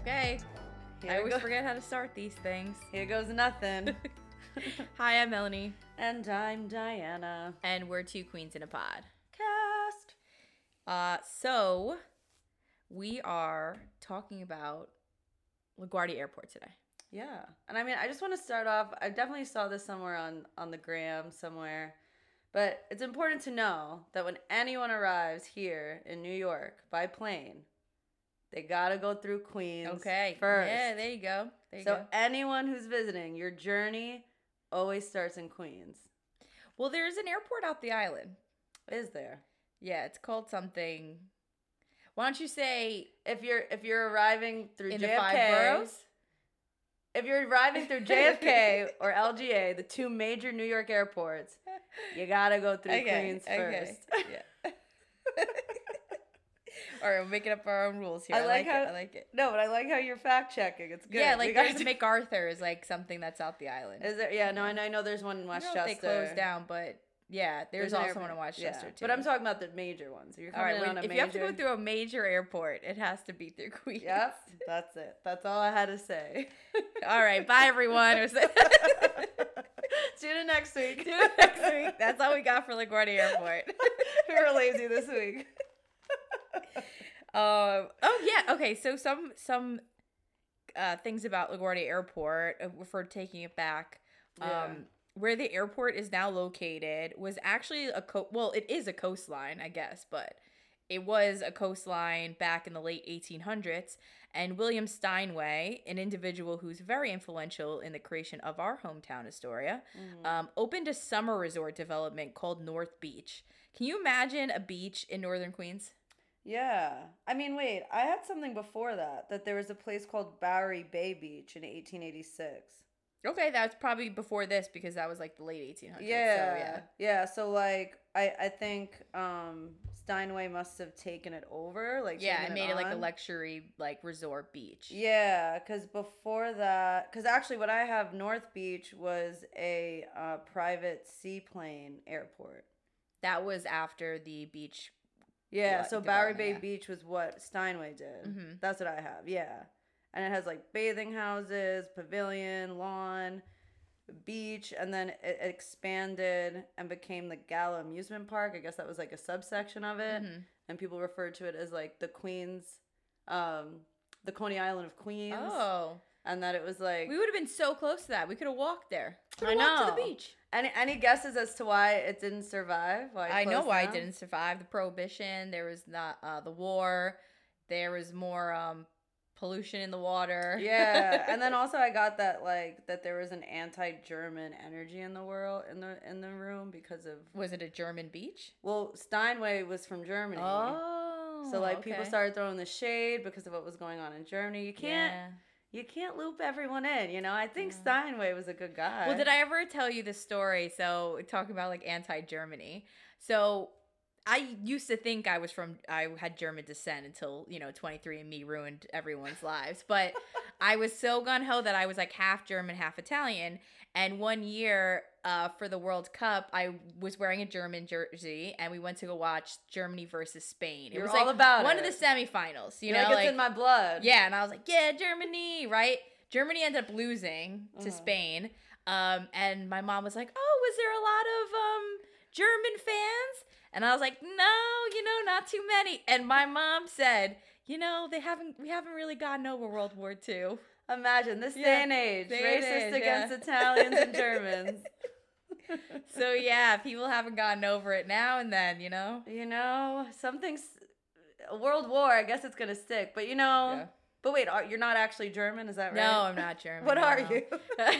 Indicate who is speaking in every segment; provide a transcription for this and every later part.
Speaker 1: Okay.
Speaker 2: Here
Speaker 1: I
Speaker 2: it
Speaker 1: always
Speaker 2: go-
Speaker 1: forget how to start these things.
Speaker 2: Here goes nothing.
Speaker 1: Hi, I'm Melanie,
Speaker 2: and I'm Diana.
Speaker 1: and we're two queens in a pod.
Speaker 2: Cast.
Speaker 1: Uh, so we are talking about LaGuardia Airport today.
Speaker 2: Yeah. And I mean, I just want to start off. I definitely saw this somewhere on on the gram somewhere. But it's important to know that when anyone arrives here in New York by plane, they got to go through Queens
Speaker 1: Okay.
Speaker 2: first.
Speaker 1: Yeah, there you go. There you
Speaker 2: so
Speaker 1: go.
Speaker 2: anyone who's visiting, your journey always starts in Queens.
Speaker 1: Well, there is an airport out the island.
Speaker 2: Is there?
Speaker 1: Yeah, it's called something. Why don't you say
Speaker 2: If you're if you're arriving through
Speaker 1: in
Speaker 2: JFK,
Speaker 1: the five boroughs?
Speaker 2: if you're arriving through JFK or LGA, the two major New York airports, you gotta go through Queens first.
Speaker 1: Okay. Yeah. All right, we're making up our own rules here.
Speaker 2: I
Speaker 1: I like,
Speaker 2: like
Speaker 1: it.
Speaker 2: how-
Speaker 1: I like it.
Speaker 2: No, but I like how you're fact checking. It's good.
Speaker 1: Yeah,
Speaker 2: We
Speaker 1: like
Speaker 2: gotta
Speaker 1: there's
Speaker 2: do-
Speaker 1: MacArthur is like something that's out the island.
Speaker 2: Is there? Yeah, no, and I know there's one in
Speaker 1: I
Speaker 2: Westchester.
Speaker 1: don't know if they closed down, but yeah, there's,
Speaker 2: an
Speaker 1: also
Speaker 2: airport.
Speaker 1: one in Westchester
Speaker 2: Yeah,
Speaker 1: too.
Speaker 2: But I'm talking about the major ones. If you're
Speaker 1: All
Speaker 2: coming
Speaker 1: right,
Speaker 2: in
Speaker 1: when-
Speaker 2: on a
Speaker 1: if
Speaker 2: major,
Speaker 1: you have to go through a major airport, it has to be through Queens.
Speaker 2: Yep, that's it. That's all I had to say.
Speaker 1: All right, bye everyone. Or so-
Speaker 2: See you next week.
Speaker 1: See you next week. That's all we got for LaGuardia Airport.
Speaker 2: we were lazy this week.
Speaker 1: Um. Oh yeah. Okay. So some some uh, things about LaGuardia Airport uh, for taking it back. Um,
Speaker 2: Yeah.
Speaker 1: where the airport is now located was actually a co- well, it is a coastline, I guess, but it was a coastline back in the late 1800s. And William Steinway, an individual who's very influential in the creation of our hometown Astoria,
Speaker 2: Mm-hmm.
Speaker 1: um, opened a summer resort development called North Beach. Can you imagine a beach in northern Queens?
Speaker 2: Yeah. I mean, wait, I had something before that, that there was a place called Bowery Bay Beach in 1886.
Speaker 1: Okay, that's probably before this because that was like the late 1800s. so
Speaker 2: yeah.
Speaker 1: yeah.
Speaker 2: yeah. So, like, I, I think um, Steinway must have taken it over. Like,
Speaker 1: Yeah, I
Speaker 2: taken
Speaker 1: made it like a
Speaker 2: on.
Speaker 1: luxury like resort beach.
Speaker 2: Yeah, because before that, because actually, what I have North Beach was a uh, private seaplane airport.
Speaker 1: That was after the beach.
Speaker 2: Yeah,
Speaker 1: Lot
Speaker 2: so Bowery
Speaker 1: development,
Speaker 2: Bay
Speaker 1: yeah.
Speaker 2: Beach was what Steinway did.
Speaker 1: Mhm.
Speaker 2: That's what I have. Yeah. And it has like bathing houses, pavilion, lawn, beach, and then it expanded and became the Gala Amusement Park. I guess that was like a subsection of it.
Speaker 1: Mhm.
Speaker 2: And people referred to it as like the Queens, um, the Coney Island of Queens.
Speaker 1: Oh.
Speaker 2: And that it was like
Speaker 1: We would have been so close to that. We could have walked there.
Speaker 2: I
Speaker 1: Could've walked to
Speaker 2: know.
Speaker 1: the beach.
Speaker 2: any any guesses as to why it didn't survive? Why it
Speaker 1: I know
Speaker 2: closed
Speaker 1: why I
Speaker 2: down?
Speaker 1: didn't survive the prohibition. There was not uh, the war. There was more um, pollution in the water.
Speaker 2: yeah and then also i got that like that there was an anti-german energy in the world in the in the room because of
Speaker 1: was it a German beach?
Speaker 2: well steinway was from germany
Speaker 1: Oh.
Speaker 2: so like people
Speaker 1: okay.
Speaker 2: started throwing the shade because of what was going on in germany you can't
Speaker 1: Yeah.
Speaker 2: you can't loop everyone in you know i think
Speaker 1: Yeah.
Speaker 2: steinway was a good guy
Speaker 1: Well, did I ever tell you this story? So talking about like anti-Germany. So I used to think I was from I had German descent until you know 23andMe ruined everyone's lives. But I was so gun ho that I was like half German, half Italian. And one year uh, for the World Cup, I was wearing a German jersey, and we went to go watch Germany versus Spain. It
Speaker 2: You're
Speaker 1: was
Speaker 2: all
Speaker 1: like
Speaker 2: about
Speaker 1: one
Speaker 2: it.
Speaker 1: of the semifinals. You
Speaker 2: You're
Speaker 1: know,
Speaker 2: like, it's in my blood
Speaker 1: yeah, and I was like, yeah, Germany, right? Germany ended up losing
Speaker 2: Uh-huh.
Speaker 1: to Spain. Um, and my mom was like, oh, was there a lot of um, German fans? And I was like, no, you know, not too many. And my mom said, you know, they haven't, we haven't really gotten over World War II.
Speaker 2: imagine this day
Speaker 1: Yeah.
Speaker 2: and age
Speaker 1: Day and
Speaker 2: racist
Speaker 1: age,
Speaker 2: against
Speaker 1: yeah.
Speaker 2: italians and germans
Speaker 1: So yeah, people haven't gotten over it now and then, you know?
Speaker 2: you know something's a world war i guess it's gonna stick but you know
Speaker 1: Yeah.
Speaker 2: But wait, are, you're not actually German, is that right?
Speaker 1: No, I'm not German.
Speaker 2: What are
Speaker 1: no.
Speaker 2: you?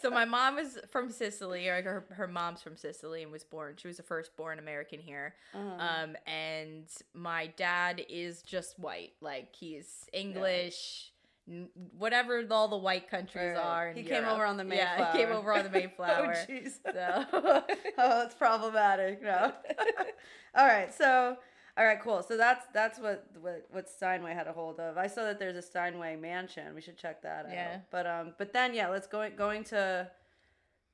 Speaker 1: so my mom is from Sicily, or her, her mom's from Sicily and was born, she was the first born American here.
Speaker 2: Uh,
Speaker 1: Um, and my dad is just white. Like he's English, n- whatever all the white countries
Speaker 2: Right.
Speaker 1: are. in
Speaker 2: He came
Speaker 1: Europe.
Speaker 2: over on the
Speaker 1: Yeah, he came
Speaker 2: Mayflower.
Speaker 1: over on the Mayflower.
Speaker 2: Oh, jeez.
Speaker 1: so
Speaker 2: oh, it's problematic. No. all right. So, all right, cool. So that's that's what, what what Steinway had a hold of. I saw that there's a Steinway mansion. We should check that
Speaker 1: Yeah.
Speaker 2: out. But um, but then yeah, let's go going to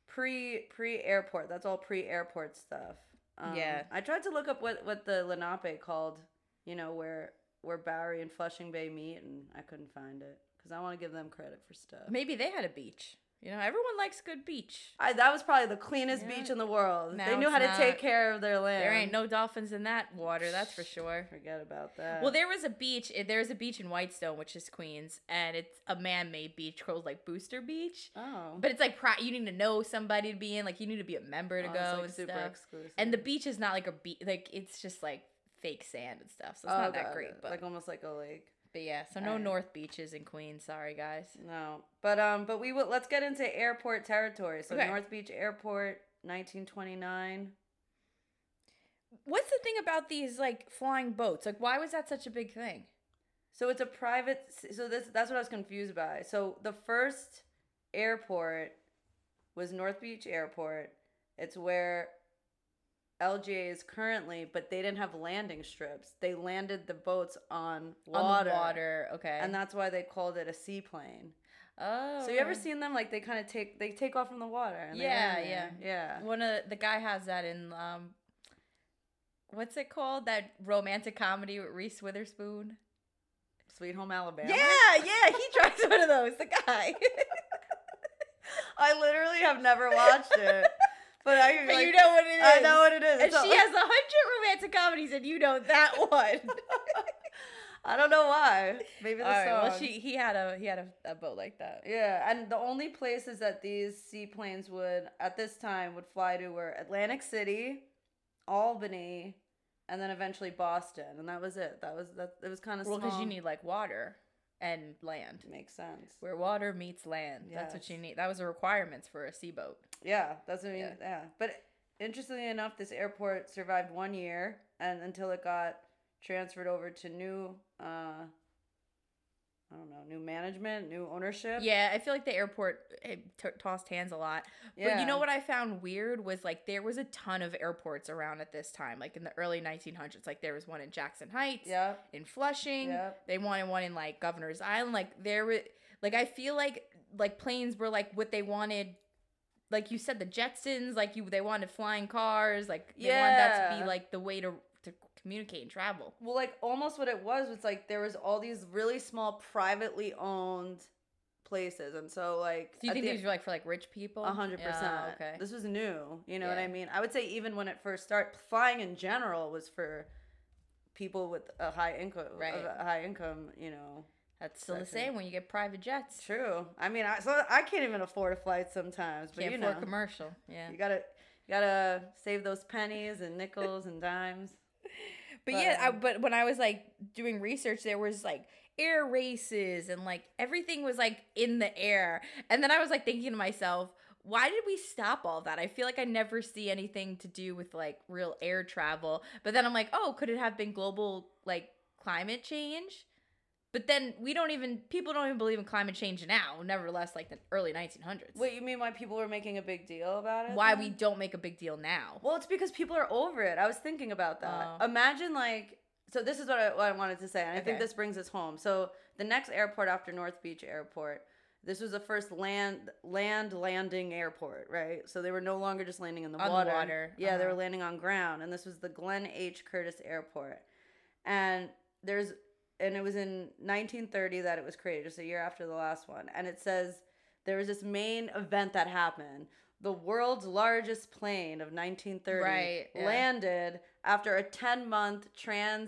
Speaker 2: pre pre airport. That's all pre airport stuff. Um,
Speaker 1: Yeah.
Speaker 2: I tried to look up what what the Lenape called. You know where where Bowery and Flushing Bay meet, and I couldn't find it because I want to give them credit for stuff.
Speaker 1: Maybe they had a beach. You know, everyone likes good beach.
Speaker 2: I, that was probably the cleanest
Speaker 1: Yeah.
Speaker 2: beach in the world.
Speaker 1: No,
Speaker 2: they knew
Speaker 1: it's
Speaker 2: how to
Speaker 1: not.
Speaker 2: take care of their land.
Speaker 1: There ain't no dolphins in that water, that's for sure.
Speaker 2: Forget about that.
Speaker 1: Well, there was a beach. eh, There's a beach in Whitestone, which is Queens, and it's a man-made beach called like Booster Beach.
Speaker 2: oh,
Speaker 1: But it's like pri- you need to know somebody to be in. Like you need to be a member
Speaker 2: Oh,
Speaker 1: to
Speaker 2: it's,
Speaker 1: go
Speaker 2: like,
Speaker 1: and
Speaker 2: super
Speaker 1: stuff.
Speaker 2: exclusive.
Speaker 1: And the beach is not like a beach. Like it's just like fake sand and stuff. So it's
Speaker 2: Oh,
Speaker 1: not that
Speaker 2: got
Speaker 1: great.
Speaker 2: it.
Speaker 1: But,
Speaker 2: like almost like a lake.
Speaker 1: but yeah, so no
Speaker 2: alright.
Speaker 1: North beaches in Queens. Sorry, guys.
Speaker 2: No, but um, but we will. Let's get into airport territory. So
Speaker 1: Okay.
Speaker 2: North Beach Airport, 1929.
Speaker 1: What's the thing about these like flying boats? Like why was that such a big thing?
Speaker 2: So it's a private. So this that's what I was confused by. So the first airport was North Beach Airport. It's where LGA is currently, but they didn't have landing strips. They landed the boats on water,
Speaker 1: On the water. Okay.
Speaker 2: and that's why they called it a seaplane.
Speaker 1: oh.
Speaker 2: So you ever
Speaker 1: okay.
Speaker 2: seen them like they kind of take they take off from the water? And they
Speaker 1: Yeah,
Speaker 2: land there. yeah.
Speaker 1: One of the guy has that in um, what's it called? That romantic comedy with Reese Witherspoon.
Speaker 2: Sweet Home Alabama.
Speaker 1: Yeah, yeah, he tries one of those. The guy,
Speaker 2: I literally have never watched it, but I
Speaker 1: but
Speaker 2: like,
Speaker 1: you know what it is.
Speaker 2: I know what it is.
Speaker 1: And
Speaker 2: It's a-
Speaker 1: she has a hundred romantic comedies, and you know that one.
Speaker 2: I don't know why. Maybe the
Speaker 1: All right.
Speaker 2: song.
Speaker 1: Well, she he had a he had a, a boat like that.
Speaker 2: Yeah, and the only places that these seaplanes would at this time would fly to were Atlantic City, Albany, and then eventually Boston, and that was it. That was that. It was kind of
Speaker 1: Well,
Speaker 2: because
Speaker 1: because you need like water and land.
Speaker 2: makes sense.
Speaker 1: Where water meets land. That's what you
Speaker 2: Yes.
Speaker 1: need. That was the requirements for a sea boat.
Speaker 2: Yeah, that's what I mean. Yeah.
Speaker 1: Yeah.
Speaker 2: But interestingly enough, this airport survived one year and until it got transferred over to new uh I don't know, new management, new ownership.
Speaker 1: Yeah, I feel like the airport it t- tossed hands a lot. But you know what I found weird was like there was a ton of airports around at this time, like in the early 1900s. Like there was one in Jackson Heights,
Speaker 2: Yeah.
Speaker 1: in Flushing.
Speaker 2: Yeah.
Speaker 1: They wanted one in like Governor's Island. Like there were, like I feel like like planes were like what they wanted. Like you said, the Jetsons. Like you, they wanted flying cars. Like they wanted that to
Speaker 2: Yeah.
Speaker 1: be like the way to to communicate and travel.
Speaker 2: Well, like almost what it was was like there was all these really small privately owned places. And so like
Speaker 1: Do you
Speaker 2: at
Speaker 1: think
Speaker 2: the-
Speaker 1: these were like for like rich people?
Speaker 2: A hundred
Speaker 1: Yeah,
Speaker 2: percent.
Speaker 1: Okay.
Speaker 2: This was new. You know what I
Speaker 1: Yeah.
Speaker 2: mean? I would say even when it first started, flying in general was for people with a high income.
Speaker 1: Right.
Speaker 2: Of a high income. You know.
Speaker 1: That's still the
Speaker 2: Exactly.
Speaker 1: same when you get private jets.
Speaker 2: True. I mean, I so I can't even afford a flight sometimes. But
Speaker 1: Can't
Speaker 2: you know,
Speaker 1: afford commercial. Yeah.
Speaker 2: you gotta you gotta save those pennies and nickels and dimes.
Speaker 1: But
Speaker 2: But,
Speaker 1: yeah, I,
Speaker 2: um,
Speaker 1: but when I was like doing research, there was like air races and like everything was like in the air. And then I was like thinking to myself, why did we stop all that? I feel like I never see anything to do with like real air travel. But then I'm like, oh, could it have been global like climate change? But then we don't even people don't even believe in climate change now. Nevertheless, like the early 1900s.
Speaker 2: Wait, you mean why people were making a big deal about it?
Speaker 1: why
Speaker 2: then?
Speaker 1: we don't make a big deal now?
Speaker 2: Well, it's because people are over it. I was thinking about that.
Speaker 1: Oh.
Speaker 2: Imagine like so this is what I, what I wanted to say, and I think
Speaker 1: Okay.
Speaker 2: this brings us home. So the next airport after North Beach Airport, this was the first land land landing airport, right? So they were no longer just landing in the
Speaker 1: On the
Speaker 2: water.
Speaker 1: water,
Speaker 2: Yeah, they
Speaker 1: uh-huh.
Speaker 2: were landing on ground, and this was the Glenn H. Curtis Airport, and there's and it was in 1930 that it was created, just a year after the last one, and it says there was this main event that happened. The world's largest plane of 1930
Speaker 1: Right, yeah.
Speaker 2: landed after a 10 month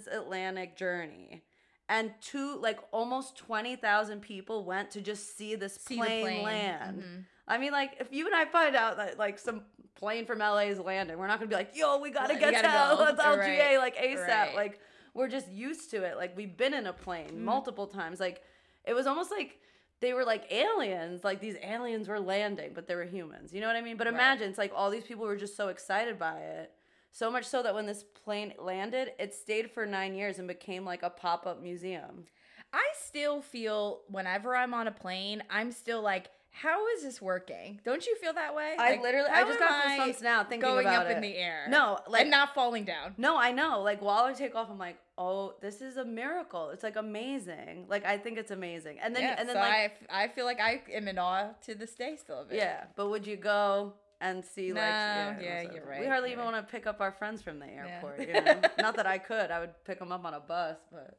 Speaker 2: transatlantic journey. And two, like almost 20,000 people went to just see this
Speaker 1: See the
Speaker 2: plane,
Speaker 1: plane.
Speaker 2: land.
Speaker 1: Mhm.
Speaker 2: I mean, like, if you and I find out that, like, some plane from LA is landing, we're not gonna be like, yo, we gotta
Speaker 1: You
Speaker 2: get
Speaker 1: gotta go.
Speaker 2: to L- LGA,
Speaker 1: Right,
Speaker 2: like, ASAP.
Speaker 1: right.
Speaker 2: Like, we're just used to it. Like, we've been in a plane
Speaker 1: Mhm.
Speaker 2: multiple times. Like, it was almost like they were like aliens. Like, these aliens were landing, but they were humans. You know what I mean? But
Speaker 1: Right.
Speaker 2: imagine, it's like all these people were just so excited by it. So much so that when this plane landed, it stayed for nine years and became like a pop up museum.
Speaker 1: I still feel whenever I'm on a plane, I'm still like, how is this working? Don't you feel that way?
Speaker 2: I
Speaker 1: Like,
Speaker 2: literally, I
Speaker 1: how
Speaker 2: just
Speaker 1: am
Speaker 2: got
Speaker 1: I
Speaker 2: goosebumps now thinking
Speaker 1: going
Speaker 2: about
Speaker 1: up
Speaker 2: it.
Speaker 1: in the air.
Speaker 2: no, like
Speaker 1: and not falling down.
Speaker 2: No, I know. Like while I take off, I'm like, oh, this is a miracle. It's like amazing. Like I think it's amazing. And then
Speaker 1: yeah,
Speaker 2: and then
Speaker 1: so
Speaker 2: like
Speaker 1: I, I feel like I am in awe to this day still of it.
Speaker 2: yeah. But would you go and see like
Speaker 1: No,
Speaker 2: it
Speaker 1: yeah,
Speaker 2: was-
Speaker 1: you're
Speaker 2: We
Speaker 1: right,
Speaker 2: hardly
Speaker 1: you're
Speaker 2: even
Speaker 1: right.
Speaker 2: want to pick up our friends from the airport.
Speaker 1: Yeah.
Speaker 2: You know? Not that I could. I would pick them up on a bus, but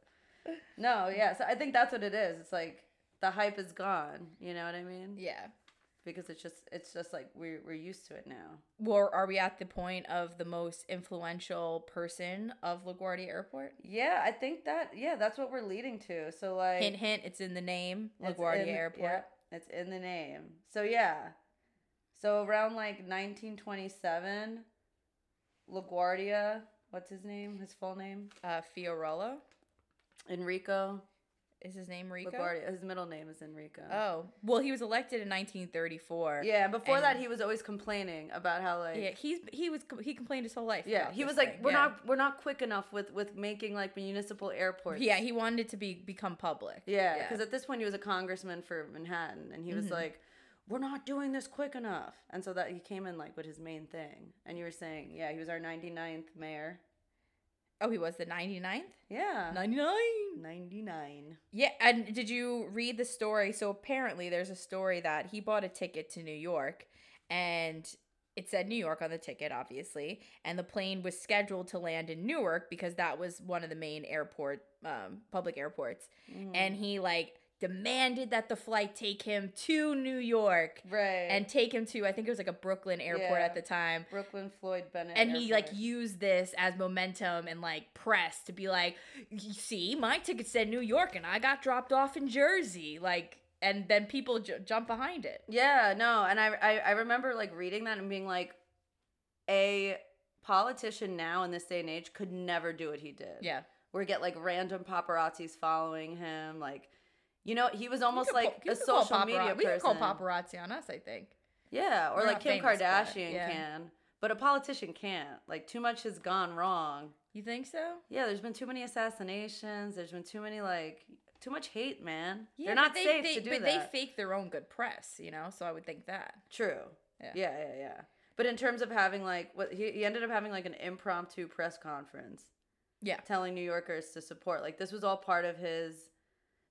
Speaker 2: No, yeah. So I think that's what it is. It's like the hype is gone. You know what I mean?
Speaker 1: Yeah.
Speaker 2: Because it's just it's just like we're we're used to it now.
Speaker 1: Or are we at the point of the most influential person of LaGuardia Airport?
Speaker 2: Yeah, I think that yeah, that's what we're leading to. So like
Speaker 1: Hint, hint. It's in the name,
Speaker 2: it's
Speaker 1: LaGuardia
Speaker 2: in-
Speaker 1: Airport.
Speaker 2: yep, it's in the name. So yeah. So around like 1927, LaGuardia, what's his name? His full name?
Speaker 1: Uh, Fiorello
Speaker 2: Enrico,
Speaker 1: is his name. Rico.
Speaker 2: LaGuardia. His middle name is Enrico.
Speaker 1: Oh well, he was elected in 1934.
Speaker 2: Yeah, before that
Speaker 1: And-
Speaker 2: he was always complaining about how like
Speaker 1: Yeah, he's he was he complained his whole life.
Speaker 2: Yeah,
Speaker 1: about
Speaker 2: he
Speaker 1: this
Speaker 2: was like,
Speaker 1: thing,
Speaker 2: we're
Speaker 1: yeah.
Speaker 2: not we're not quick enough with with making like municipal airports.
Speaker 1: Yeah, he wanted it to be become public.
Speaker 2: yeah, because at this point he was a congressman for Manhattan, and he was
Speaker 1: Mhm.
Speaker 2: like, we're not doing this quick enough, and so that he came in like with his main thing, and you were saying, yeah, he was our 99th mayor.
Speaker 1: Oh, he was the 99th.
Speaker 2: Yeah,
Speaker 1: 99.
Speaker 2: 99.
Speaker 1: Yeah, and did you read the story? So apparently, there's a story that he bought a ticket to New York, and it said New York on the ticket, obviously. And the plane was scheduled to land in Newark because that was one of the main airport, um, public airports.
Speaker 2: Mhm.
Speaker 1: And he like demanded that the flight take him to New York
Speaker 2: right
Speaker 1: and take him to I think it was like a Brooklyn airport
Speaker 2: Yeah.
Speaker 1: at the time.
Speaker 2: Brooklyn Floyd Bennett,
Speaker 1: and he like
Speaker 2: Airport.
Speaker 1: used this as momentum and like press to be like "You see my ticket said new york and i got dropped off in jersey like and then people j- jump behind it
Speaker 2: Yeah, no, and I, I I remember like reading that and being like, a politician now in this day and age could never do what he did.
Speaker 1: yeah
Speaker 2: where get like random paparazzis following him, like. You know, he was almost
Speaker 1: We could
Speaker 2: like
Speaker 1: call-
Speaker 2: a
Speaker 1: we could call
Speaker 2: social media
Speaker 1: papara-
Speaker 2: person.
Speaker 1: we could call paparazzi on us i think
Speaker 2: Yeah, or
Speaker 1: We're
Speaker 2: like
Speaker 1: not
Speaker 2: Kim
Speaker 1: famous, but,
Speaker 2: Kardashian
Speaker 1: yeah.
Speaker 2: can, but a politician can't. Like too much has gone wrong.
Speaker 1: you think so
Speaker 2: Yeah, there's been too many assassinations. There's been too many like too much hate, man.
Speaker 1: yeah,
Speaker 2: They're
Speaker 1: but
Speaker 2: not
Speaker 1: they,
Speaker 2: safe
Speaker 1: they,
Speaker 2: to do
Speaker 1: but
Speaker 2: that.
Speaker 1: they fake their own good press you know so i would think that
Speaker 2: True.
Speaker 1: Yeah.
Speaker 2: Yeah, yeah, yeah. But in terms of having like what he, he ended up having like an impromptu press conference.
Speaker 1: Yeah.
Speaker 2: Telling New Yorkers to support. Like this was all part of his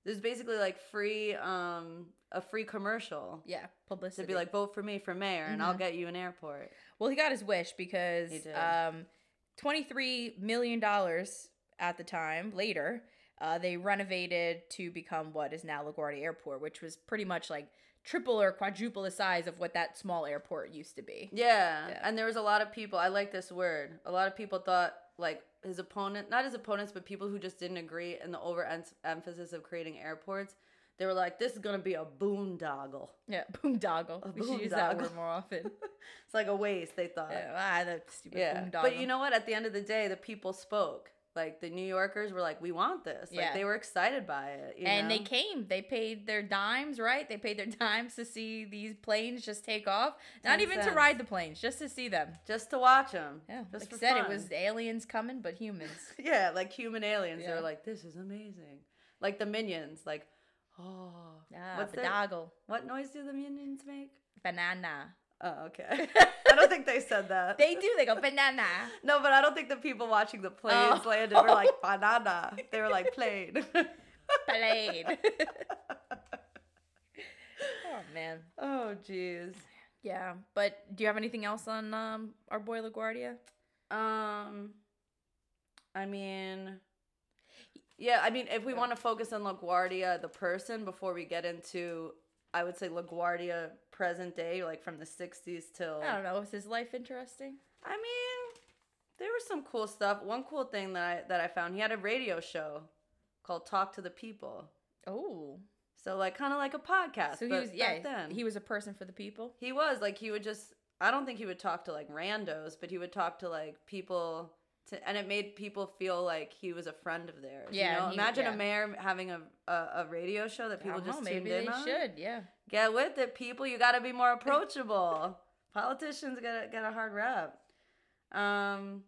Speaker 2: this is basically like free um a free commercial
Speaker 1: yeah
Speaker 2: to
Speaker 1: publicity
Speaker 2: be like vote for me for mayor and I'll
Speaker 1: Mhm.
Speaker 2: get you an airport.
Speaker 1: well he got his wish because
Speaker 2: He did.
Speaker 1: um 23 million dollars at the time later uh, they renovated to become what is now LaGuardia Airport, which was pretty much like triple or quadruple the size of what that small airport used to be.
Speaker 2: Yeah.
Speaker 1: Yeah.
Speaker 2: And there was a lot of people, I like this word. A lot of people thought like his opponent, not his opponents, but people who just didn't agree in the overemphasis of creating airports. They were like, this is going to be a boondoggle.
Speaker 1: Yeah, boondoggle.
Speaker 2: A
Speaker 1: we should use that word
Speaker 2: boondoggle.
Speaker 1: more often.
Speaker 2: It's like a waste, they thought.
Speaker 1: yeah, ah, that stupid
Speaker 2: Yeah.
Speaker 1: boondoggle.
Speaker 2: But you know what? At the end of the day, the people spoke. Like the New Yorkers were like, we want this. Like
Speaker 1: Yeah.
Speaker 2: they were excited by it. you
Speaker 1: and they
Speaker 2: know?
Speaker 1: came. They paid their dimes, right? They paid their dimes to see these planes just take off. Not
Speaker 2: Ten
Speaker 1: even to
Speaker 2: cents.
Speaker 1: ride the planes, just to see them.
Speaker 2: just to watch them.
Speaker 1: Yeah, like
Speaker 2: Just for
Speaker 1: I said,
Speaker 2: fun.
Speaker 1: it was aliens coming, but humans.
Speaker 2: yeah, like human aliens. They
Speaker 1: Yeah.
Speaker 2: were like, this is amazing. Like the minions, like, oh,
Speaker 1: Ah,
Speaker 2: what's that?
Speaker 1: boondoggle,
Speaker 2: What noise do the minions make?
Speaker 1: banana.
Speaker 2: Oh, okay. I don't think they said that.
Speaker 1: They do. They go banana.
Speaker 2: no, but I don't think the people watching the planes
Speaker 1: Oh.
Speaker 2: landed were like banana. They were like plane.
Speaker 1: Blade. oh man.
Speaker 2: oh, jeez.
Speaker 1: Yeah. But do you have anything else on um our boy LaGuardia?
Speaker 2: Um, I mean, yeah, I mean, if we
Speaker 1: Yeah.
Speaker 2: want to focus on LaGuardia, the person, before we get into, I would say LaGuardia present day, like from the 60s till.
Speaker 1: I don't know. Is his life interesting?
Speaker 2: I mean, there was some cool stuff. One cool thing that I, that I found, he had a radio show called Talk to the People.
Speaker 1: Oh.
Speaker 2: So, like, kind of like a podcast.
Speaker 1: So he
Speaker 2: but
Speaker 1: was yeah,
Speaker 2: back then.
Speaker 1: he was a person for the people.
Speaker 2: He was like he would just I don't think he would talk to like randos, but he would talk to like people to, and it made people feel like he was a friend of theirs.
Speaker 1: Yeah,
Speaker 2: you know,
Speaker 1: and he-
Speaker 2: imagine
Speaker 1: yeah.
Speaker 2: a mayor having a, a a radio show that
Speaker 1: I
Speaker 2: people
Speaker 1: don't
Speaker 2: just
Speaker 1: know,
Speaker 2: tuned
Speaker 1: maybe
Speaker 2: in
Speaker 1: they
Speaker 2: on.
Speaker 1: should, yeah.
Speaker 2: Get with it, people. You got to be more approachable. Politicians get a, get a hard rap. Um,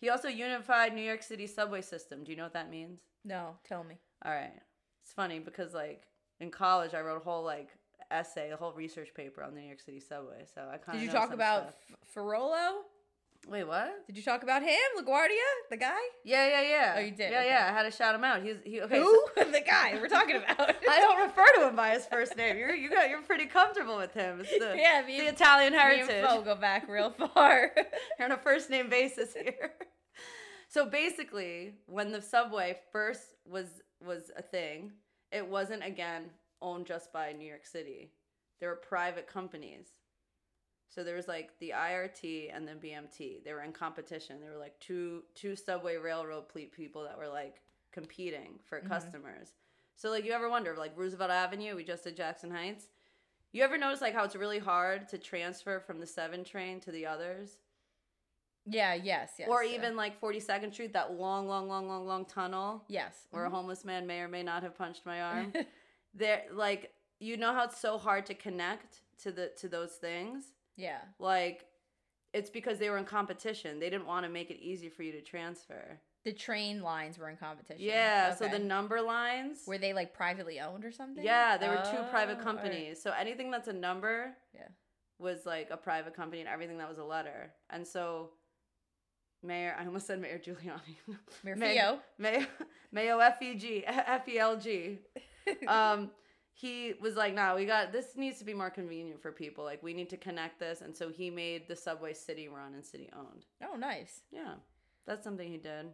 Speaker 2: he also unified New York City subway system. Do you know what that means?
Speaker 1: No, tell me.
Speaker 2: All right. It's funny because like in college I wrote a whole like essay, a whole research paper on the New York City subway. So I kind of
Speaker 1: Did you talk about F- Ferrolo?
Speaker 2: Wait, what?
Speaker 1: Did you talk about him, LaGuardia, the guy?
Speaker 2: Yeah, yeah, yeah.
Speaker 1: Oh, you did?
Speaker 2: Yeah,
Speaker 1: Okay.
Speaker 2: yeah. I had to shout him out. He's he okay.
Speaker 1: Who?
Speaker 2: so-
Speaker 1: the guy we're talking about.
Speaker 2: I don't refer to him by his first name. You're you got you're pretty comfortable with him. It's the,
Speaker 1: yeah,
Speaker 2: the
Speaker 1: me, and-
Speaker 2: Italian
Speaker 1: me and
Speaker 2: heritage.
Speaker 1: Fo go back real far.
Speaker 2: You're on a first name basis here. So basically, when the subway first was was a thing, it wasn't again owned just by New York City. There were private companies. So there was like the IRT and the BMT. They were in competition. They were like two two subway railroad ple- people that were like competing for
Speaker 1: Mhm.
Speaker 2: customers. So like you ever wonder like Roosevelt Avenue, we just did Jackson Heights. You ever notice like how it's really hard to transfer from the 7 train to the others?
Speaker 1: Yeah. Yes. Yes.
Speaker 2: or
Speaker 1: yeah.
Speaker 2: even like 42nd Street, that long, long, long, long, long tunnel
Speaker 1: yes.
Speaker 2: where a
Speaker 1: Mhm.
Speaker 2: homeless man may or may not have punched my arm. there, like you know how it's so hard to connect to the to those things.
Speaker 1: yeah.
Speaker 2: Like it's because they were in competition. They didn't want to make it easy for you to transfer.
Speaker 1: The train lines were in competition.
Speaker 2: Yeah. So the
Speaker 1: Okay.
Speaker 2: number lines.
Speaker 1: were they like privately owned or something?
Speaker 2: yeah, there were two
Speaker 1: Oh,
Speaker 2: private
Speaker 1: alright.
Speaker 2: companies. So anything that's a number.
Speaker 1: Yeah.
Speaker 2: Was like a private company, and everything that was a letter. And so, Mayor, I almost said Mayor Giuliani. Mayor-
Speaker 1: Murfio.
Speaker 2: Mayo, Mayo E F-E-G, F-E-L-G. Um, he was like, nah, we got, this needs to be more convenient for people. Like, we need to connect this. And so he made the subway city run and city owned.
Speaker 1: Oh, nice.
Speaker 2: Yeah, that's something he did.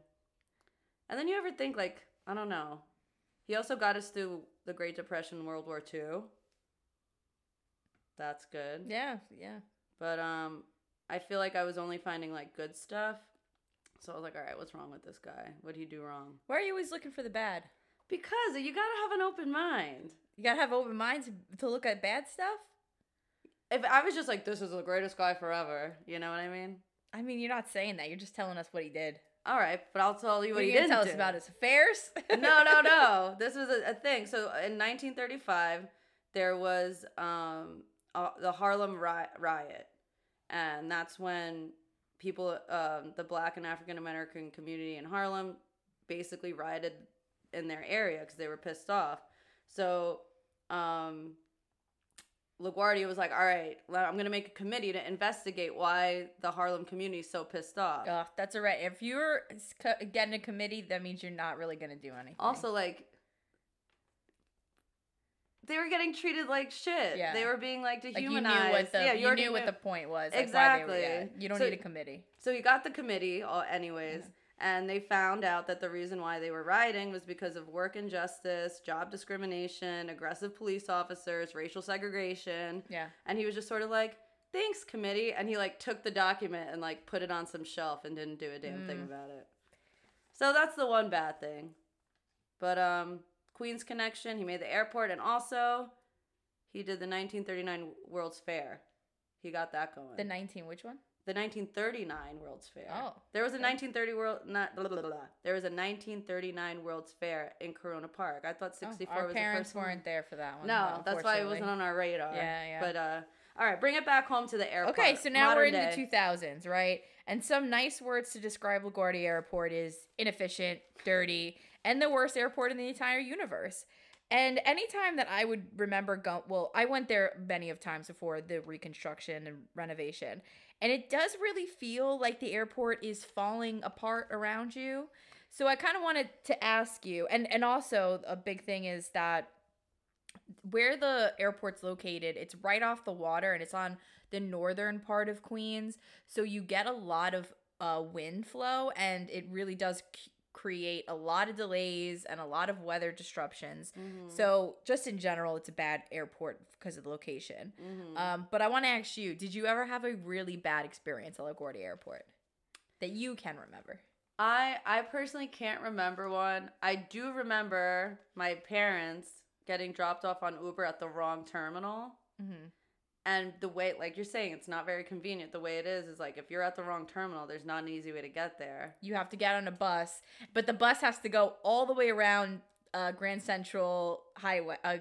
Speaker 2: And then you ever think, like, I don't know. He also got us through the Great Depression, World War II. That's good.
Speaker 1: Yeah. Yeah.
Speaker 2: But um, I feel like I was only finding, like, good stuff. So I was like, all right, what's wrong with this guy? What'd he do wrong?
Speaker 1: Why are you always looking for the bad?
Speaker 2: Because you gotta have an open mind.
Speaker 1: You gotta have open minds to look at bad stuff.
Speaker 2: If I was just like, this is the greatest guy forever, you know what I mean?
Speaker 1: I mean, you're not saying that. You're just telling us what he did.
Speaker 2: All right, but I'll tell you what,
Speaker 1: What are
Speaker 2: he
Speaker 1: you gonna
Speaker 2: didn't
Speaker 1: tell
Speaker 2: do.
Speaker 1: us about his affairs?
Speaker 2: no, no, no. This was a, a thing. So uh, in 1935, there was um, uh, the Harlem ri- riot, and that's when people, um, the Black and African American community in Harlem, basically rioted in their area because they were pissed off. So um, LaGuardia was like, "All right, well, I'm gonna make a committee to investigate why the Harlem community is so pissed off."
Speaker 1: Ugh, that's all right. If you're s- co- getting a committee, that means you're not really gonna do anything.
Speaker 2: Also, like, they were getting treated like shit.
Speaker 1: Yeah.
Speaker 2: They were being like
Speaker 1: like you
Speaker 2: dehumanized.
Speaker 1: knew what the
Speaker 2: yeah,
Speaker 1: you,
Speaker 2: already
Speaker 1: knew what the point was. Like Why they were, yeah.
Speaker 2: Exactly.
Speaker 1: You don't
Speaker 2: So-
Speaker 1: need a committee.
Speaker 2: So he got the committee, all, anyways, and they found out that the reason why they were rioting was because of work injustice, job discrimination, aggressive police officers, racial segregation,
Speaker 1: Yeah.
Speaker 2: and he was just sort of like. Thanks, committee. And he like took the document and like put it on some shelf and didn't do a damn thing
Speaker 1: Mm.
Speaker 2: about it. So that's the one bad thing. But um Queen's Connection, he made the airport and also he did the 1939 World's Fair. He got that going.
Speaker 1: The 19, which one?
Speaker 2: The 1939 World's Fair.
Speaker 1: Oh,
Speaker 2: There was a
Speaker 1: okay.
Speaker 2: 1930 World not blah, blah, blah, blah. There was a 1939 World's Fair in Corona Park. I thought
Speaker 1: Oh,
Speaker 2: 64
Speaker 1: our
Speaker 2: was
Speaker 1: parents
Speaker 2: the first one.
Speaker 1: weren't there for that one.
Speaker 2: No, that's why it
Speaker 1: unfortunately.
Speaker 2: wasn't on our radar.
Speaker 1: Yeah, yeah.
Speaker 2: But uh all right, bring it back home to the airport.
Speaker 1: Okay, so now we're in
Speaker 2: Modern day.
Speaker 1: the 2000s, right? And some nice words to describe LaGuardia Airport is inefficient, dirty, and the worst airport in the entire universe. And anytime that I would remember go well, I went there many of times before the reconstruction and renovation. And it does really feel like the airport is falling apart around you. So I kind of wanted to ask you and and also a big thing is that where the airport's located, it's right off the water and it's on the northern part of Queens. So you get a lot of uh, wind flow, and it really does c- create a lot of delays and a lot of weather disruptions.
Speaker 2: Mhm.
Speaker 1: So, just in general, it's a bad airport because of the location.
Speaker 2: Mhm.
Speaker 1: Um, but I want to ask you did you ever have a really bad experience at LaGuardia Airport that you can remember?
Speaker 2: I I personally can't remember one. I do remember my parents getting dropped off on Uber at the wrong terminal.
Speaker 1: Mm-hmm.
Speaker 2: And the way, like you're saying, it's not very convenient. The way it is is like if you're at the wrong terminal, there's not an easy way to get there.
Speaker 1: You have to get on a bus, but the bus has to go all the way around uh, Grand Central Highway. Uh,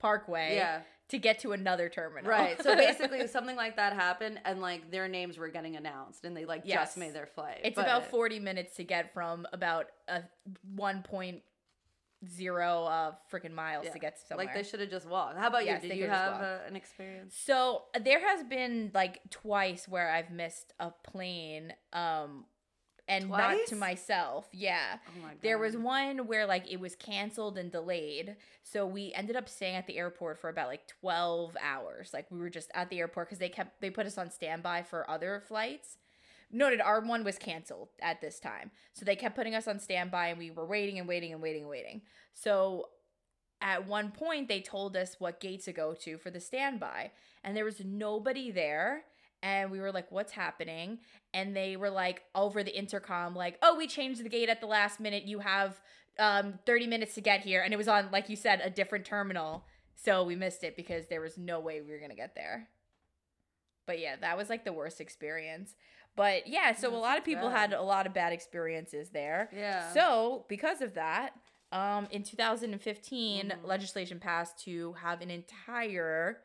Speaker 1: Parkway
Speaker 2: Yeah,
Speaker 1: to get to another terminal.
Speaker 2: right. So basically, something like that happened, and like their names were getting announced, and they like
Speaker 1: Yes.
Speaker 2: just made their flight.
Speaker 1: It's
Speaker 2: But-
Speaker 1: about 40 minutes to get from about a 1.0 uh freaking miles
Speaker 2: Yeah.
Speaker 1: to get somewhere.
Speaker 2: Like they should have just walked. How about
Speaker 1: Yes,
Speaker 2: you?
Speaker 1: they
Speaker 2: Did you
Speaker 1: could've just
Speaker 2: have
Speaker 1: walked.
Speaker 2: uh, an experience?
Speaker 1: so uh, there has been like twice where I've missed a plane um and not
Speaker 2: Twice?
Speaker 1: to myself. Yeah.
Speaker 2: Oh my god.
Speaker 1: There was one where like it was canceled and delayed. So we ended up staying at the airport for about like 12 hours. Like we were just at the airport cuz they kept they put us on standby for other flights. noted our one was canceled at this time. So they kept putting us on standby and we were waiting and waiting and waiting and waiting. So at one point they told us what gate to go to for the standby and there was nobody there and we were like what's happening and they were like over the intercom like oh we changed the gate at the last minute you have um 30 minutes to get here and it was on like you said a different terminal so we missed it because there was no way we were going to get there but yeah that was like the worst experience but yeah so a
Speaker 2: That's
Speaker 1: lot of people
Speaker 2: bad.
Speaker 1: had a lot of bad experiences there
Speaker 2: Yeah.
Speaker 1: so, because of that, um, in 2015,
Speaker 2: Mhm.
Speaker 1: legislation passed to have an entire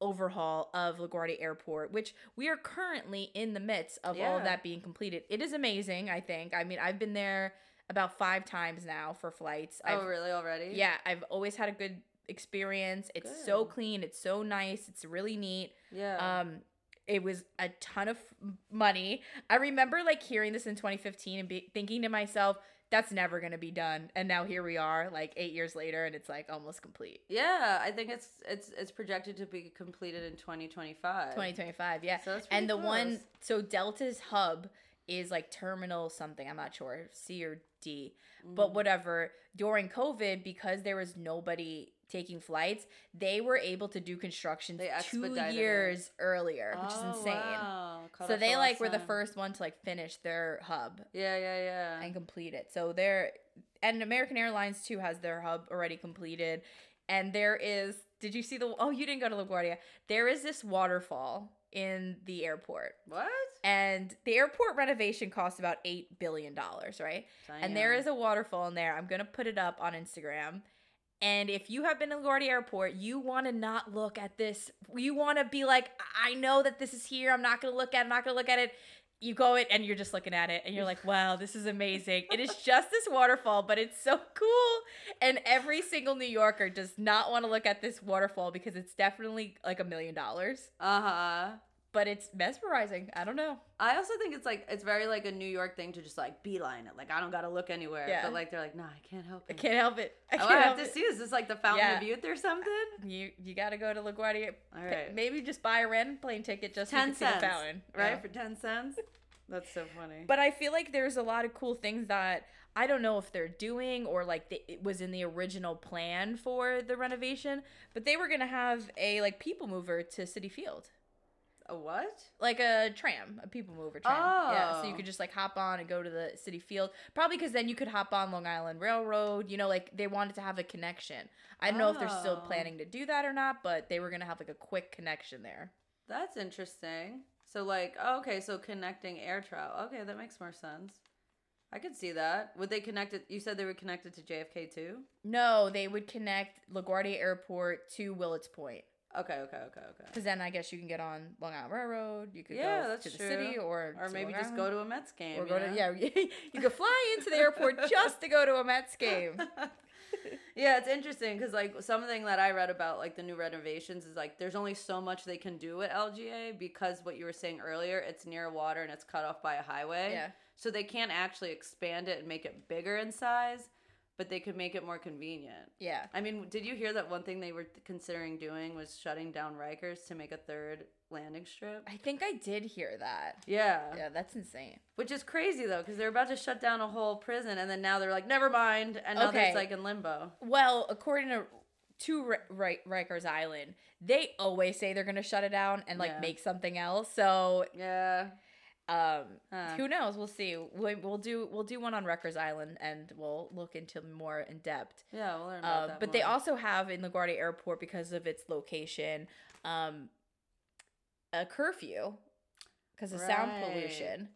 Speaker 1: overhaul of LaGuardia Airport, which we are currently in the midst of all of
Speaker 2: Yeah.
Speaker 1: that being completed. It is amazing, I think. I mean, I've been there about five times now for flights.
Speaker 2: oh,
Speaker 1: I've,
Speaker 2: really? Already?
Speaker 1: Yeah, I've always had a good experience. It's so
Speaker 2: Good.
Speaker 1: clean, it's so nice, it's really neat.
Speaker 2: Yeah.
Speaker 1: Um, it was a ton of f- money. I remember like hearing this in 2015 and be- thinking to myself, "That's never gonna be done." And now here we are, like eight years later, and it's like almost complete.
Speaker 2: yeah. I think it's it's it's projected to be completed in 2025.
Speaker 1: 2025, yeah.
Speaker 2: So that's
Speaker 1: and the
Speaker 2: pretty
Speaker 1: one,
Speaker 2: close.
Speaker 1: so Delta's hub is like terminal something. I'm not sure, C or D. but
Speaker 2: Mhm.
Speaker 1: whatever during covid because there was nobody taking flights they were able to do construction
Speaker 2: They
Speaker 1: two
Speaker 2: expedited it.
Speaker 1: years earlier which
Speaker 2: Oh,
Speaker 1: is insane
Speaker 2: wow. Caught
Speaker 1: so
Speaker 2: up
Speaker 1: they
Speaker 2: to
Speaker 1: like
Speaker 2: last
Speaker 1: were the
Speaker 2: time.
Speaker 1: first one to like finish their hub
Speaker 2: Yeah, yeah, yeah.
Speaker 1: and complete it so they're and american airlines too has their hub already completed and there is did you see the oh you didn't go to laguardia there is this waterfall in the airport
Speaker 2: what?
Speaker 1: and the airport renovation costs about eight billion dollars right and there is a waterfall in there. I'm gonna put it up on Instagram. And if you have been to LaGuardia Airport, you want to not look at this. You want to be like, "I- I know that this is here. I'm not gonna look at. it. I'm not gonna look at it. You go it, and you're just looking at it, and you're like, "Wow, this is amazing." it is just this waterfall, but it's so cool. And every single New Yorker does not want to look at this waterfall because it's definitely like a million dollars.
Speaker 2: Uh huh.
Speaker 1: But it's mesmerizing. I don't know.
Speaker 2: I also think it's like it's very like a New York thing to just like beeline it. Like I don't gotta look anywhere.
Speaker 1: Yeah.
Speaker 2: But like they're like, nah, I can't help
Speaker 1: I
Speaker 2: it.
Speaker 1: can't help it. Mm. I
Speaker 2: Oh,
Speaker 1: can't
Speaker 2: I
Speaker 1: help
Speaker 2: have to
Speaker 1: it.
Speaker 2: see. Is this like the Fountain
Speaker 1: Yeah.
Speaker 2: of Youth or something?
Speaker 1: You you gotta go to LaGuardia
Speaker 2: All
Speaker 1: Pa-
Speaker 2: right.
Speaker 1: Maybe just buy a random plane ticket just so you
Speaker 2: 10
Speaker 1: can see the
Speaker 2: cents,
Speaker 1: fountain,
Speaker 2: Right?
Speaker 1: Yeah.
Speaker 2: For ten cents? That's so funny.
Speaker 1: But I feel like there's a lot of cool things that I don't know if they're doing or like they, it was in the original plan for the renovation, but they were gonna have a like people mover to City Field,
Speaker 2: a what?
Speaker 1: like a tram, a people mover tram. Yeah, so you
Speaker 2: Oh.
Speaker 1: could just like hop on and go to the City Field, probably because then you could hop on Long Island Railroad. You know, like they wanted to have a connection. I don't know if they're still
Speaker 2: Oh.
Speaker 1: planning to do that or not, but they were gonna have like a quick connection there.
Speaker 2: That's interesting. So like, oh, okay, so connecting air travel. Okay, that makes more sense. I could see that. Would they connect it? You said they were connected to JFK too.
Speaker 1: No, they would connect LaGuardia Airport to Willits Point.
Speaker 2: Okay, okay, okay, okay.
Speaker 1: Because then I guess you can get on Long Island Railroad. You could
Speaker 2: Yeah,
Speaker 1: go
Speaker 2: that's
Speaker 1: to the
Speaker 2: true.
Speaker 1: city or
Speaker 2: Or
Speaker 1: to
Speaker 2: maybe
Speaker 1: Long
Speaker 2: just go
Speaker 1: Island.
Speaker 2: to a Mets game.
Speaker 1: or
Speaker 2: you
Speaker 1: go
Speaker 2: know?
Speaker 1: to yeah. you could fly into the airport just to go to a Mets game.
Speaker 2: yeah, it's interesting because like something that I read about like the new renovations is like there's only so much they can do at LGA because what you were saying earlier, it's near water and it's cut off by a highway.
Speaker 1: Yeah,
Speaker 2: So they can't actually expand it and make it bigger in size, but they could make it more convenient.
Speaker 1: yeah.
Speaker 2: I mean, did you hear that one thing they were considering doing was shutting down Rikers to make a third landing strip?
Speaker 1: I think I did hear that.
Speaker 2: Yeah.
Speaker 1: Yeah, that's insane.
Speaker 2: Which is crazy though, because they're about to shut down a whole prison, and then now they're like, never mind, and now that
Speaker 1: Okay.
Speaker 2: it's like in limbo.
Speaker 1: Well, according to to Ri- Ri- Rikers Island, they always say they're gonna shut it down and like
Speaker 2: Yeah.
Speaker 1: make something else. So,
Speaker 2: Yeah.
Speaker 1: um,
Speaker 2: Huh.
Speaker 1: Who knows? We'll see. We, we'll do we'll do one on Rikers Island, and we'll look into more in depth.
Speaker 2: Yeah, we'll learn about
Speaker 1: Uh,
Speaker 2: that.
Speaker 1: but they
Speaker 2: more.
Speaker 1: also have in LaGuardia Airport because of its location, um, a curfew because of sound
Speaker 2: Right.
Speaker 1: pollution.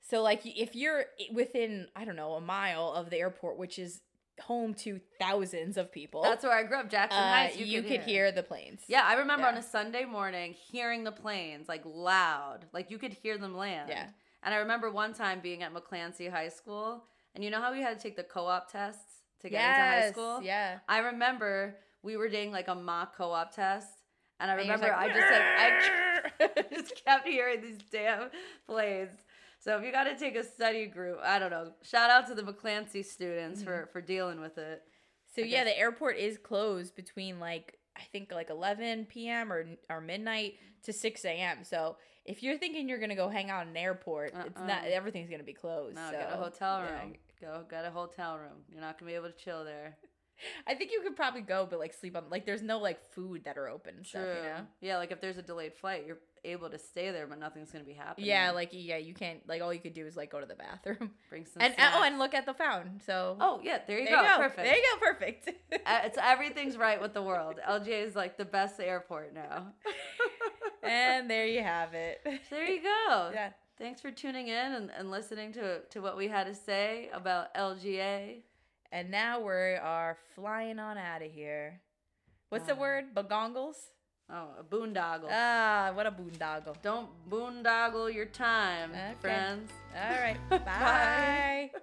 Speaker 1: So, like, y- if you're i- within I don't know a mile of the airport, which is home to thousands of people,
Speaker 2: That's where I grew up, Jackson
Speaker 1: uh,
Speaker 2: Heights.
Speaker 1: you, could hear. the planes.
Speaker 2: Yeah, I remember on
Speaker 1: Yeah.
Speaker 2: a Sunday morning hearing the planes like loud, like you could hear them land.
Speaker 1: Yeah.
Speaker 2: And I remember one time being at McClancy High School, and you know how we had to take the co-op tests to get into high
Speaker 1: Yes,
Speaker 2: school.
Speaker 1: Yeah.
Speaker 2: I remember we were doing like a mock co-op test, and I
Speaker 1: And you're
Speaker 2: remember I just like I.
Speaker 1: like,
Speaker 2: I just kept hearing these damn plays. So if you got to take a study group, I don't know. Shout out to the McClancy students
Speaker 1: Mm-hmm.
Speaker 2: for for dealing with it.
Speaker 1: So
Speaker 2: I
Speaker 1: yeah,
Speaker 2: guess.
Speaker 1: the airport is closed between like I think like 11 p.m. or or midnight to 6 a.m. So if you're thinking you're gonna go hang out in an airport, it's not
Speaker 2: Uh-uh.
Speaker 1: everything's gonna be closed.
Speaker 2: No,
Speaker 1: so,
Speaker 2: get a hotel
Speaker 1: yeah.
Speaker 2: room. Go get a hotel room. You're not gonna be able to chill there.
Speaker 1: I think you could probably go, but like sleep on like there's no like food that are open and
Speaker 2: True.
Speaker 1: stuff, you know.
Speaker 2: Yeah, like if there's a delayed flight, you're able to stay there, but nothing's gonna be happening.
Speaker 1: Yeah, like yeah, you can't like all you could do is like go to the bathroom
Speaker 2: bring some.
Speaker 1: and oh and
Speaker 2: snacks.
Speaker 1: look at the fountain. So
Speaker 2: oh yeah, there you,
Speaker 1: there
Speaker 2: go. Perfect.
Speaker 1: There you go. Perfect.
Speaker 2: Uh, It's everything's right with the world. LJ is like the best airport now.
Speaker 1: and there you have it.
Speaker 2: There you go.
Speaker 1: Yeah.
Speaker 2: Thanks for tuning in and, and listening to to what we had to say about LGA.
Speaker 1: And now we are flying on out of here. What's the
Speaker 2: Ah.
Speaker 1: word? Bagongles?
Speaker 2: Oh, a boondoggle.
Speaker 1: Ah, what a boondoggle.
Speaker 2: Don't boondoggle your time,
Speaker 1: Okay.
Speaker 2: friends.
Speaker 1: All right.
Speaker 2: Bye.
Speaker 1: bye.